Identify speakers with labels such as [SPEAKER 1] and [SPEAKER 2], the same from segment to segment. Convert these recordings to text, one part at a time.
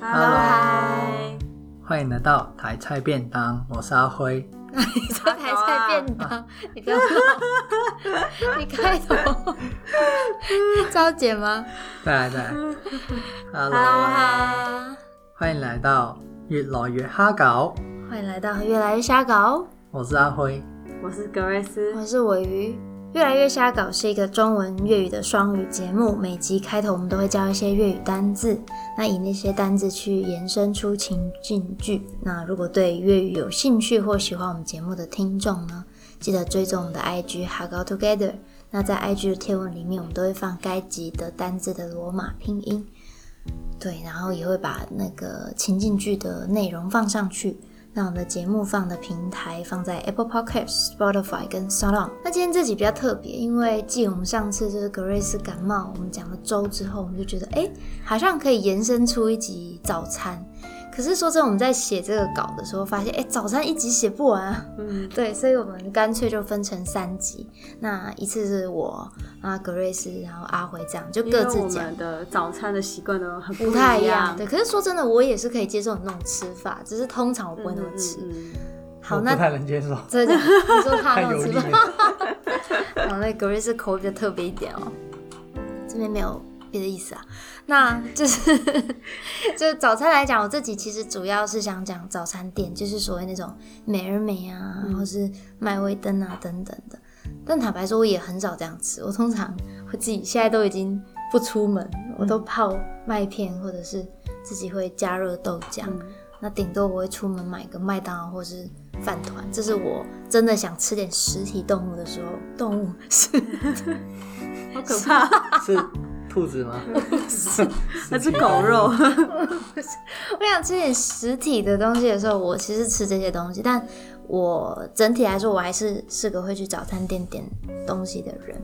[SPEAKER 1] 嗨，
[SPEAKER 2] 欢迎来到台菜便当，我是阿辉。
[SPEAKER 3] 你说台菜便当，你干嘛？ 你开头招姐吗
[SPEAKER 2] 再来再来
[SPEAKER 3] ？Hello，
[SPEAKER 2] ，Hello，
[SPEAKER 3] 哈，
[SPEAKER 2] 欢迎来到越来越哈搞，
[SPEAKER 3] 欢迎来到越来越瞎搞，
[SPEAKER 2] 我是阿辉。
[SPEAKER 1] 我是格瑞斯。
[SPEAKER 3] 我是尾鱼。越来越瞎搞是一个中文粤语的双语节目，每集开头我们都会教一些粤语单字，那以那些单字去延伸出情境句。那如果对粤语有兴趣或喜欢我们节目的听众呢，记得追踪我们的 IG 哈搞 Together。那在 IG 的贴文里面，我们都会放该集的单字的罗马拼音，对，然后也会把那个情境剧的内容放上去。那我们的节目放的平台放在 Apple Podcast、Spotify 跟 s o n o n 那今天这集比较特别，因为继我们上次就是格瑞斯感冒，我们讲了粥之后，我们就觉得哎，诶好像可以延伸出一集早餐。可是说真的，我们在写这个稿的时候发现，哎、早餐一集写不完啊。
[SPEAKER 1] 嗯，
[SPEAKER 3] 对，所以我们干脆就分成三集，那一次是我啊格瑞斯，然后阿辉这样，就
[SPEAKER 1] 因为
[SPEAKER 3] 各自
[SPEAKER 1] 我
[SPEAKER 3] 讲
[SPEAKER 1] 们。的早餐的习惯呢很
[SPEAKER 3] 不
[SPEAKER 1] 一
[SPEAKER 3] 太一样，
[SPEAKER 1] 样，
[SPEAKER 3] 对。可是说真的，我也是可以接受你那种吃法，只是通常我不会那么吃。
[SPEAKER 1] 嗯嗯嗯
[SPEAKER 3] 好，
[SPEAKER 2] 我
[SPEAKER 3] 那
[SPEAKER 2] 不太能接 受，
[SPEAKER 3] 真的，你说他
[SPEAKER 2] 太
[SPEAKER 3] 那
[SPEAKER 2] 油
[SPEAKER 3] 种吃
[SPEAKER 2] 腻
[SPEAKER 3] 法。
[SPEAKER 2] 了。
[SPEAKER 3] 好，那 Grace 口味比较特别一点哦，这边没有别的意思啊。那就是 就早餐来讲，我自己其实主要是想讲早餐店，就是所谓那种美而美啊，
[SPEAKER 1] 嗯
[SPEAKER 3] 或是麦味登啊等等的。但坦白说，我也很少这样吃，我通常我自己现在都已经不出门，
[SPEAKER 2] 嗯
[SPEAKER 3] 我都泡麦片或者是自己会加热豆浆。
[SPEAKER 1] 嗯
[SPEAKER 3] 那顶多我会出门买个麦当劳或是饭团，这是我真的想吃点实体动物的时候，动物 是
[SPEAKER 1] 嗯 好可怕，
[SPEAKER 2] 是兔子吗？
[SPEAKER 1] 那是狗肉。
[SPEAKER 3] 我想吃点实体的东西的时候，我其实吃这些东西，但我整体来说，我还是是个会去早餐店点东西的人。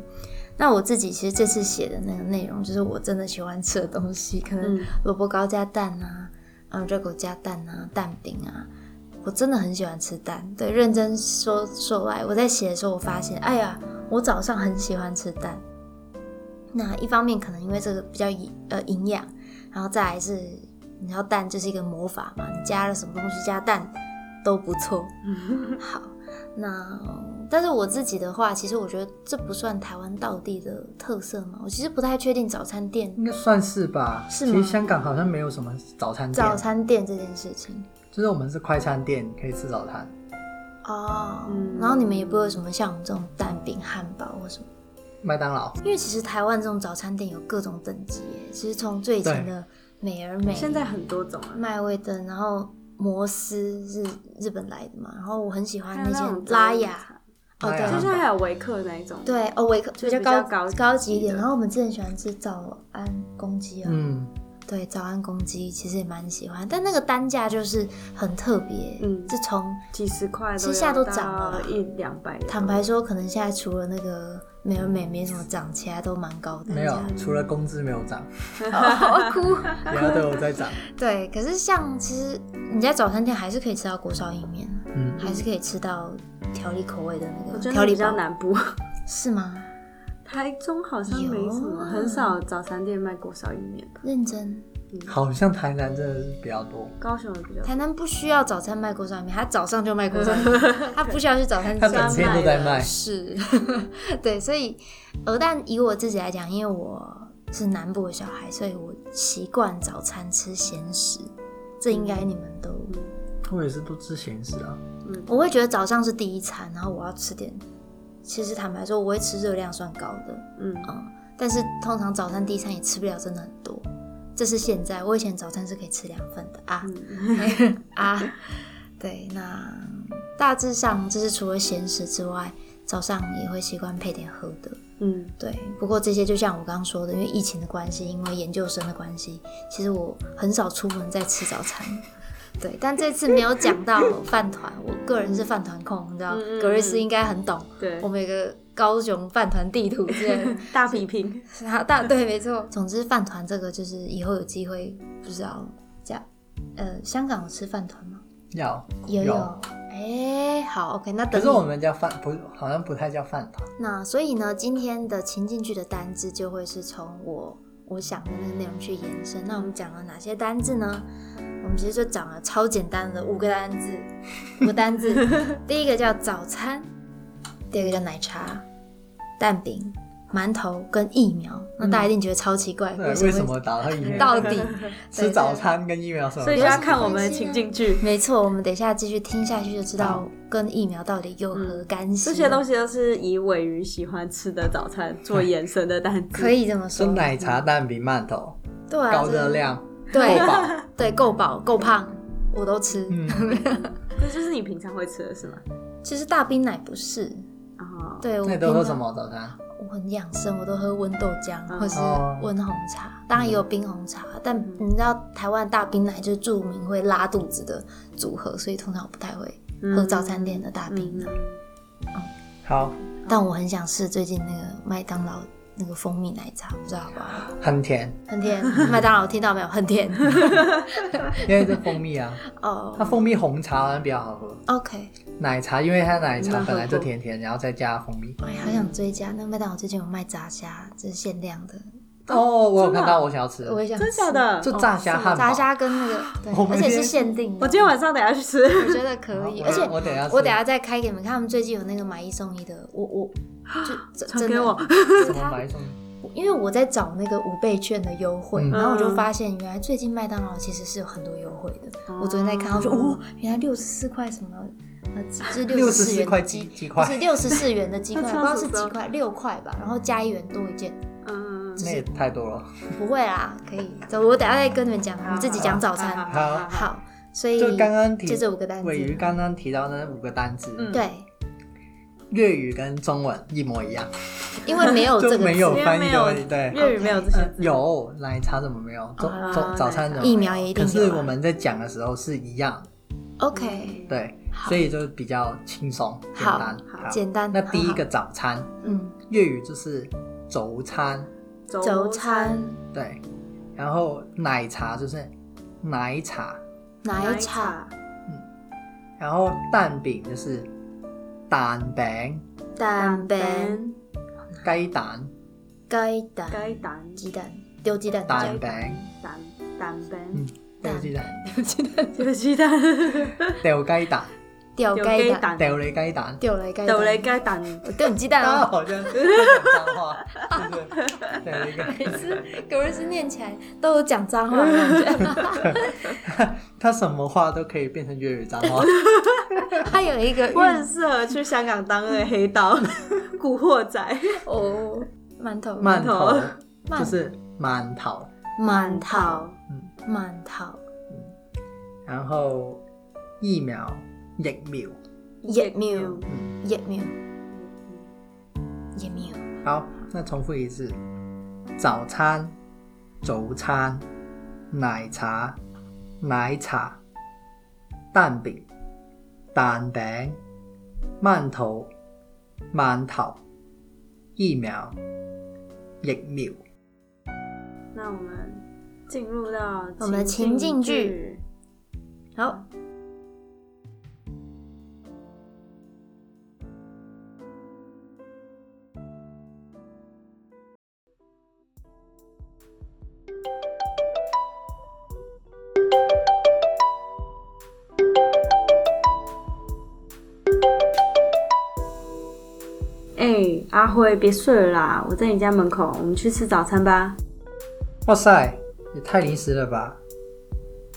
[SPEAKER 3] 那我自己其实这次写的那个内容，就是我真的喜欢吃的东西，可能
[SPEAKER 1] 嗯
[SPEAKER 3] 萝卜糕加蛋啊，嗯，热狗加蛋啊，蛋饼啊，我真的很喜欢吃蛋。对，认真说说来，我在写的时候，我发现，哎呀，我早上很喜欢吃蛋。那一方面可能因为这个比较营呃营养，然后再来是你知道蛋就是一个魔法嘛，你加了什么东西加蛋都不错。好，那但是我自己的话，其实我觉得这不算台湾道地的特色嘛，我其实不太确定早餐店
[SPEAKER 2] 应该算是吧。
[SPEAKER 3] 是
[SPEAKER 2] 其
[SPEAKER 3] 吗
[SPEAKER 2] 实香港好像没有什么早餐店，
[SPEAKER 3] 早餐店这件事情
[SPEAKER 2] 就是我们是快餐店，可以吃早餐。
[SPEAKER 3] 哦。
[SPEAKER 1] 嗯
[SPEAKER 3] 然后你们也不会有什么像我们这种蛋饼、汉堡或什么。
[SPEAKER 2] 麦当劳
[SPEAKER 3] 因为其实台湾这种早餐店有各种等级耶，其实从最以前的美而美，
[SPEAKER 1] 现在很多种啊，
[SPEAKER 3] 麦味登，然后摩斯是日本来的嘛，然后我很喜欢
[SPEAKER 1] 还有
[SPEAKER 3] 那
[SPEAKER 1] 那种
[SPEAKER 3] 间拉雅，哦
[SPEAKER 2] 拉雅
[SPEAKER 3] 对，
[SPEAKER 1] 就是还有维克那一种，
[SPEAKER 3] 对哦维克
[SPEAKER 1] 就
[SPEAKER 3] 比
[SPEAKER 1] 比较
[SPEAKER 3] 较高
[SPEAKER 1] 高级的
[SPEAKER 3] 高级一点，然后我们之前喜欢吃早安公鸡啊，
[SPEAKER 2] 嗯，
[SPEAKER 3] 对早安公鸡其实也蛮喜欢，但那个单价就是很特别，
[SPEAKER 1] 嗯
[SPEAKER 3] 自从
[SPEAKER 1] 几十块，
[SPEAKER 3] 其实现在都涨了
[SPEAKER 1] 一两百。
[SPEAKER 3] 坦白说，可能现在除了那个美而美没什么涨，其他都蛮高的，
[SPEAKER 2] 没有，除了工资没有 涨，
[SPEAKER 3] 我哭。
[SPEAKER 2] 其他都有在涨。
[SPEAKER 3] 对，可是像其实你在早餐店还是可以吃到锅烧意面，
[SPEAKER 2] 嗯，
[SPEAKER 3] 还是可以吃到调理口味的
[SPEAKER 1] 我
[SPEAKER 3] 那个
[SPEAKER 1] 觉
[SPEAKER 3] 调
[SPEAKER 1] 得
[SPEAKER 3] 理
[SPEAKER 1] 比
[SPEAKER 3] 包
[SPEAKER 1] 较，南部，
[SPEAKER 3] 是吗？
[SPEAKER 1] 台中好像没什么，很少早餐店卖锅烧意面吧。
[SPEAKER 3] 认真，
[SPEAKER 2] 好像台南真的是比较多，
[SPEAKER 1] 高雄的比较
[SPEAKER 3] 台南不需要早餐卖锅烧意面，他早上就卖锅烧 意面，他不需要去早餐
[SPEAKER 2] 他
[SPEAKER 3] 店
[SPEAKER 2] 整天都在卖。
[SPEAKER 3] 是， 对，所以呃，但以我自己来讲，因为我是南部的小孩，所以我习惯早餐吃咸食，这应
[SPEAKER 2] 嗯
[SPEAKER 3] 该你们都，
[SPEAKER 2] 我也是都吃咸食啊。
[SPEAKER 1] 嗯
[SPEAKER 3] 我会觉得早上是第一餐，然后我要吃点，其实坦白说，我会吃热量算高的，
[SPEAKER 1] 嗯，
[SPEAKER 3] 嗯，但是通常早餐第一餐也吃不了真的很多，这是现在。我以前早餐是可以吃两份的啊、
[SPEAKER 1] 嗯
[SPEAKER 3] 啊， 对，那大致上就是除了咸食之外，早上也会习惯配点喝的。
[SPEAKER 1] 嗯
[SPEAKER 3] 对，不过这些就像我刚刚说的，因为疫情的关系，因为研究生的关系，其实我很少出门在吃早餐。对，但这次没有 讲到饭团，我个人是饭团控，你知道，
[SPEAKER 1] 嗯嗯
[SPEAKER 3] 格瑞
[SPEAKER 1] 嗯
[SPEAKER 3] 斯应该很懂。
[SPEAKER 1] 对
[SPEAKER 3] 我，们有个高雄饭团地图之类的，
[SPEAKER 1] 大比拼，
[SPEAKER 3] 啊，大对，没错。总之，饭团这个就是以后有机会，不知道这样。呃，香港有吃饭团吗？
[SPEAKER 2] 要
[SPEAKER 3] 也有。哎、好，OK，那
[SPEAKER 2] 可
[SPEAKER 3] 等
[SPEAKER 2] 是我
[SPEAKER 3] 你。
[SPEAKER 2] 们叫饭不，好像不太叫饭堂。
[SPEAKER 3] 那所以呢，今天的情境剧的单字就会是从我我想的那个内容去延伸。那我们讲了哪些单字呢？我们其实就讲了超简单的五个单字， 五个单字。第一个叫早餐，第二个叫奶茶、蛋饼、馒头跟疫苗。那大家一定觉得超奇怪，
[SPEAKER 2] 对，嗯哎为什
[SPEAKER 3] 会
[SPEAKER 2] 么打到疫苗？
[SPEAKER 3] 到底
[SPEAKER 2] 吃早餐跟疫苗什么
[SPEAKER 1] 所以
[SPEAKER 2] 关
[SPEAKER 1] 就要
[SPEAKER 2] 系？
[SPEAKER 1] 看我们的情境剧。
[SPEAKER 3] 没错，我们等一下继续听下去就知道跟疫苗到底有何干系、
[SPEAKER 1] 这些东
[SPEAKER 3] 西
[SPEAKER 1] 西都是以尾鱼喜欢吃的早餐做延伸的单词。
[SPEAKER 3] 可以这么
[SPEAKER 2] 是
[SPEAKER 3] 说，
[SPEAKER 2] 奶茶、蛋饼、馒头，
[SPEAKER 3] 对啊，
[SPEAKER 2] 高
[SPEAKER 3] 这
[SPEAKER 2] 热，
[SPEAKER 3] 是
[SPEAKER 2] 量，
[SPEAKER 3] 对
[SPEAKER 2] 够 饱。
[SPEAKER 3] 对，够饱够胖，我都吃。
[SPEAKER 2] 嗯，
[SPEAKER 1] 这就是你平常会吃的是吗？
[SPEAKER 3] 其实大冰奶不是，
[SPEAKER 1] 哦，
[SPEAKER 3] 对我
[SPEAKER 2] 那你
[SPEAKER 3] 平
[SPEAKER 2] 都喝
[SPEAKER 3] 常
[SPEAKER 2] 什？么早餐？
[SPEAKER 3] 我很养生，我都喝温豆浆
[SPEAKER 1] 嗯嗯
[SPEAKER 3] 或是
[SPEAKER 2] 哦
[SPEAKER 3] 温红茶，当然也有冰红茶。但你知道台湾大冰奶就是著名会拉肚子的组合，所以通常我不太会
[SPEAKER 1] 嗯
[SPEAKER 3] 喝早餐店的大冰奶。
[SPEAKER 2] 好，
[SPEAKER 1] 嗯
[SPEAKER 3] 但我很想试最近那个麦当劳那个蜂蜜奶茶，不知道好不好喝？
[SPEAKER 2] 很甜，
[SPEAKER 1] 嗯
[SPEAKER 3] 很甜，麦当劳听到没有？很甜。
[SPEAKER 2] 因为这蜂蜜 啊，它
[SPEAKER 3] 哦、
[SPEAKER 2] 蜂蜜红茶好像比较好喝。
[SPEAKER 3] o k
[SPEAKER 2] 奶茶，因为它奶
[SPEAKER 1] 没有
[SPEAKER 2] 茶
[SPEAKER 1] 喝
[SPEAKER 2] 本来就
[SPEAKER 1] 过
[SPEAKER 2] 甜甜，然后再加蜂蜜。
[SPEAKER 1] 啊
[SPEAKER 3] 我也好想追加。那麦当劳最近有卖炸虾，这是限量的，
[SPEAKER 2] 哦，我有
[SPEAKER 1] 真的
[SPEAKER 2] 看
[SPEAKER 1] 啊
[SPEAKER 2] 到，我想要吃。
[SPEAKER 3] 我也想
[SPEAKER 1] 真的
[SPEAKER 3] 嗯
[SPEAKER 1] 假
[SPEAKER 3] 吃
[SPEAKER 1] 的？哦
[SPEAKER 2] 就炸虾汉堡，
[SPEAKER 3] 哦炸虾跟那 个，对
[SPEAKER 2] 我，们
[SPEAKER 3] 而且
[SPEAKER 2] 今
[SPEAKER 3] 是
[SPEAKER 2] 天
[SPEAKER 3] 限定的。
[SPEAKER 1] 我今天晚上等下去吃。
[SPEAKER 3] 我觉得可以，
[SPEAKER 2] 好
[SPEAKER 3] 而且
[SPEAKER 2] 我我等一下吃
[SPEAKER 3] 我等一下再开给你们看，他们最近有那个买一送一的，我我
[SPEAKER 2] 嗯
[SPEAKER 3] 就
[SPEAKER 1] 传
[SPEAKER 3] 真
[SPEAKER 1] 给
[SPEAKER 3] 的
[SPEAKER 1] 我
[SPEAKER 3] 就是
[SPEAKER 2] 怎么
[SPEAKER 3] 他
[SPEAKER 2] 买送？
[SPEAKER 3] 因为我在找那个五倍券的优惠，
[SPEAKER 2] 嗯
[SPEAKER 3] 然后我就发现原来最近麦当劳其实是有很多优惠的。
[SPEAKER 1] 哦
[SPEAKER 3] 我昨天在看，我说哦，原来六十四块什么，呃，就是六
[SPEAKER 2] 六
[SPEAKER 3] 十
[SPEAKER 2] 十
[SPEAKER 3] 四
[SPEAKER 2] 四
[SPEAKER 3] 元
[SPEAKER 2] 块
[SPEAKER 3] 的
[SPEAKER 2] 鸡
[SPEAKER 3] 鸡，
[SPEAKER 2] 鸡
[SPEAKER 3] 不
[SPEAKER 2] 块，
[SPEAKER 3] 是六十四元的 鸡块，
[SPEAKER 1] 那
[SPEAKER 3] 不
[SPEAKER 1] 这
[SPEAKER 3] 知
[SPEAKER 1] 样
[SPEAKER 3] 道
[SPEAKER 1] 子
[SPEAKER 3] 是
[SPEAKER 1] 多
[SPEAKER 3] 几
[SPEAKER 2] 啊
[SPEAKER 3] 块，六块吧，然后加一元多一件，
[SPEAKER 1] 嗯，
[SPEAKER 2] 那也太多了。
[SPEAKER 3] 不会啦，可以。走，我等一下再跟你们讲，我们自己讲早餐。
[SPEAKER 2] 好
[SPEAKER 3] 好，所以
[SPEAKER 2] 就刚刚提
[SPEAKER 3] 就这五个单
[SPEAKER 2] 尾鱼
[SPEAKER 3] 词，
[SPEAKER 2] 刚刚提到那五个单字，
[SPEAKER 1] 嗯
[SPEAKER 3] 对，
[SPEAKER 2] 粤语跟中文一模一样，
[SPEAKER 3] 因为没 哦有这
[SPEAKER 2] 就
[SPEAKER 3] 个
[SPEAKER 2] 没有
[SPEAKER 3] 字，
[SPEAKER 1] 因为
[SPEAKER 2] 翻译
[SPEAKER 1] 没
[SPEAKER 2] 的
[SPEAKER 1] 有
[SPEAKER 2] 问题。对，
[SPEAKER 1] 粤语没有这些
[SPEAKER 2] 呃，有奶茶怎么没有？中
[SPEAKER 3] 啊
[SPEAKER 2] 中早餐怎么没有
[SPEAKER 3] 疫苗也一定
[SPEAKER 2] 可
[SPEAKER 3] 有
[SPEAKER 2] 是
[SPEAKER 3] 啊
[SPEAKER 2] 我们在讲的时候是一样，
[SPEAKER 3] OK，
[SPEAKER 2] 对，
[SPEAKER 3] 好
[SPEAKER 2] 所以就比较轻松简
[SPEAKER 3] 好
[SPEAKER 2] 单。
[SPEAKER 1] 好
[SPEAKER 3] 简单。
[SPEAKER 2] 那第一个
[SPEAKER 3] 很好，
[SPEAKER 2] 早餐，
[SPEAKER 3] 嗯，
[SPEAKER 2] 粤语就是早餐，
[SPEAKER 3] 早餐、
[SPEAKER 2] 对，然后奶茶就是奶茶，
[SPEAKER 3] 奶茶、
[SPEAKER 2] 然后蛋饼就是蛋饼、
[SPEAKER 3] 蛋饼、
[SPEAKER 1] 饼、
[SPEAKER 2] 鸡蛋、
[SPEAKER 3] 鸡蛋、
[SPEAKER 1] 鸡蛋、
[SPEAKER 3] 鸡蛋、丢鸡蛋、
[SPEAKER 2] 蛋
[SPEAKER 3] 鸡蛋
[SPEAKER 1] 蛋蛋饼
[SPEAKER 2] 嗯，掉鸡蛋、
[SPEAKER 1] 有鸡 蛋，
[SPEAKER 2] 掉鸡蛋、
[SPEAKER 3] 掉
[SPEAKER 1] 有
[SPEAKER 3] 嗯鸡
[SPEAKER 1] 鸡
[SPEAKER 3] 蛋、
[SPEAKER 1] 蛋，
[SPEAKER 2] 掉你鸡蛋。
[SPEAKER 3] 丢来鸡蛋、
[SPEAKER 1] 有你鸡蛋，
[SPEAKER 3] 我丢你鸡蛋
[SPEAKER 2] 大家
[SPEAKER 3] 哦。
[SPEAKER 2] 好像在讲脏话，是不是？掉你
[SPEAKER 3] 每
[SPEAKER 2] 鸡，
[SPEAKER 3] 次格瑞斯念起来都有讲脏话的感觉，
[SPEAKER 2] 他什么话都可以变成粤语脏话。
[SPEAKER 3] 他有一个
[SPEAKER 1] 我很
[SPEAKER 3] 韵
[SPEAKER 1] 适合去香港当那个黑道 古惑仔，
[SPEAKER 3] 哦，馒头、
[SPEAKER 2] 馒头
[SPEAKER 3] 馒
[SPEAKER 2] 就是馒头，
[SPEAKER 3] 馒头、
[SPEAKER 2] 嗯，
[SPEAKER 3] 馒头、
[SPEAKER 2] 然后疫苗疫苗，
[SPEAKER 3] 疫苗、
[SPEAKER 2] 嗯，
[SPEAKER 3] 疫苗、疫苗、
[SPEAKER 2] 好，那重复一次：早餐、早餐、奶茶、奶茶、蛋饼、蛋饼、馒头、馒头、疫苗、疫苗。
[SPEAKER 1] 那我们进入到
[SPEAKER 3] 我们的情境剧，好。
[SPEAKER 1] 哎、阿辉，别睡了啦，我在你家门口，我们去吃早餐吧。
[SPEAKER 2] 哇塞，也太临时了吧！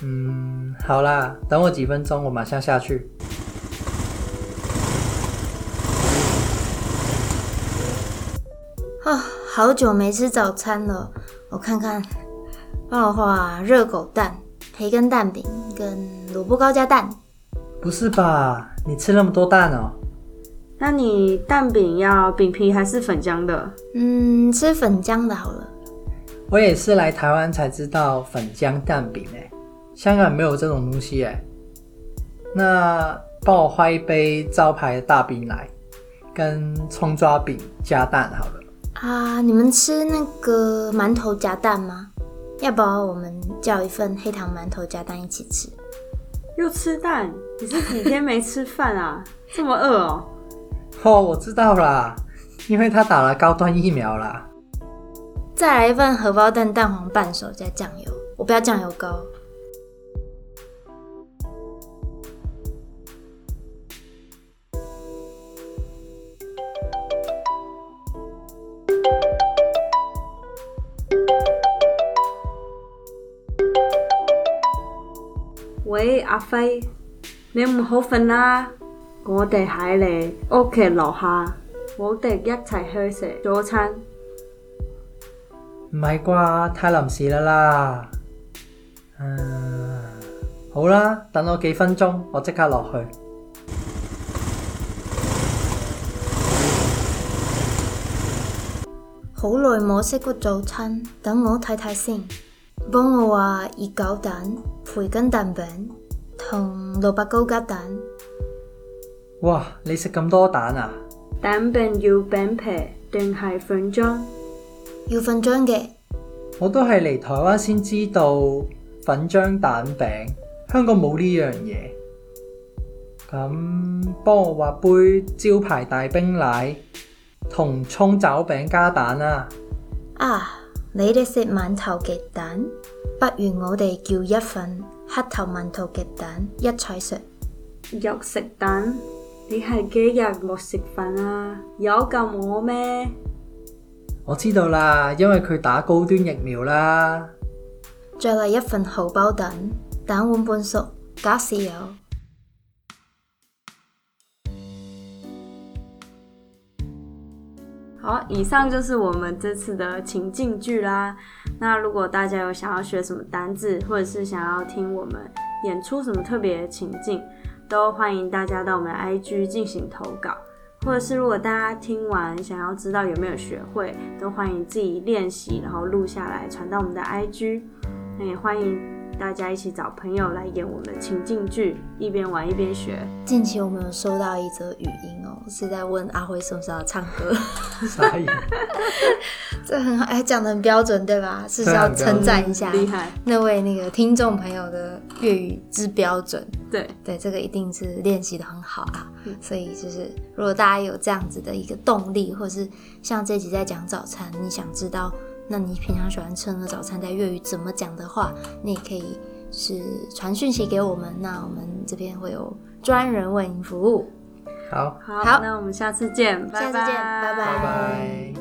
[SPEAKER 2] 嗯，好啦，等我几分钟，我马上下去。
[SPEAKER 3] 啊、好久没吃早餐了，我看看，爆的话热狗蛋、培根蛋饼跟萝卜糕加蛋，
[SPEAKER 2] 不是吧？你吃那么多蛋哦？
[SPEAKER 1] 那你蛋饼要饼皮还是粉浆的？
[SPEAKER 3] 嗯，吃粉浆的好了。
[SPEAKER 2] 我也是来台湾才知道粉浆蛋饼诶、欸香港没有这种东西诶、欸那帮我换一杯招牌的大冰奶，跟葱抓饼加蛋好了。
[SPEAKER 3] 啊，你们吃那个馒头夹蛋吗？要不要我们叫一份黑糖馒头夹蛋一起吃？
[SPEAKER 1] 又吃蛋？你是几天没吃饭 啊？这么饿哦？
[SPEAKER 2] 哦，我知道啦，因为他打了高端疫苗啦。
[SPEAKER 3] 再来一份荷包蛋蛋黄半熟加酱油，我不要酱油膏。
[SPEAKER 1] 喂，阿輝，你唔好瞓啦，我哋喺你屋企樓下，我哋一齊去食早餐。
[SPEAKER 2] 唔係啩？太臨時啦啦。嗯，好啦，等我幾分鐘，我即刻落去。
[SPEAKER 3] 好耐冇食過早餐，等我睇睇先。幫我話熱狗蛋、培根蛋餅同蘿蔔糕加蛋。
[SPEAKER 2] 哇！你食咁多蛋啊？
[SPEAKER 1] 蛋餅要餅皮定係粉漿？
[SPEAKER 3] 要份章嘅，
[SPEAKER 2] 我都係嚟台灣先知道粉漿蛋餅，香港冇呢樣嘢。咁幫我畫杯招牌大冰奶同葱抓餅加蛋啊！
[SPEAKER 3] 啊，你哋食饅頭嘅蛋，不如我哋叫一份黑頭饅頭嘅蛋一齊食。
[SPEAKER 1] 肉食蛋？你係幾日冇食飯啊？有咁我咩？
[SPEAKER 2] 我知道啦，因為佢打高端疫苗啦。
[SPEAKER 3] 再嚟一份荷包蛋，蛋碗半熟，加豉油。
[SPEAKER 1] 好，以上就是我们这次的情境剧啦。那如果大家有想要学什么单字，或者是想要听我们演出什么特别的情境，都欢迎大家到我们的 IG 进行投稿。或者是如果大家听完想要知道有没有学会，都欢迎自己练习，然后录下来传到我们的 IG。那也欢迎大家一起找朋友来演我们的情境剧，一边玩一边学。
[SPEAKER 3] 近期我们有收到一则语音哦，是在问阿辉是不是要唱 歌，
[SPEAKER 2] 傻眼，
[SPEAKER 3] 这很好，哎，讲的很标准对吧？是不是要称赞一下
[SPEAKER 1] 嗯厉害，
[SPEAKER 3] 那位那个听众朋友的粤语之标准？
[SPEAKER 1] 对，
[SPEAKER 3] 对，这个一定是练习的很好啊。
[SPEAKER 1] 嗯
[SPEAKER 3] 所以就是，如果大家有这样子的一个动力，或是像这集在讲早餐，你想知道，那你平常喜欢吃的早餐在粤语怎么讲的话，你也可以是传讯息给我们，那我们这边会有专人为您服务。
[SPEAKER 2] 好，
[SPEAKER 1] 好，
[SPEAKER 3] 好
[SPEAKER 1] 那我们下次见，
[SPEAKER 3] 下次见拜
[SPEAKER 2] 拜拜。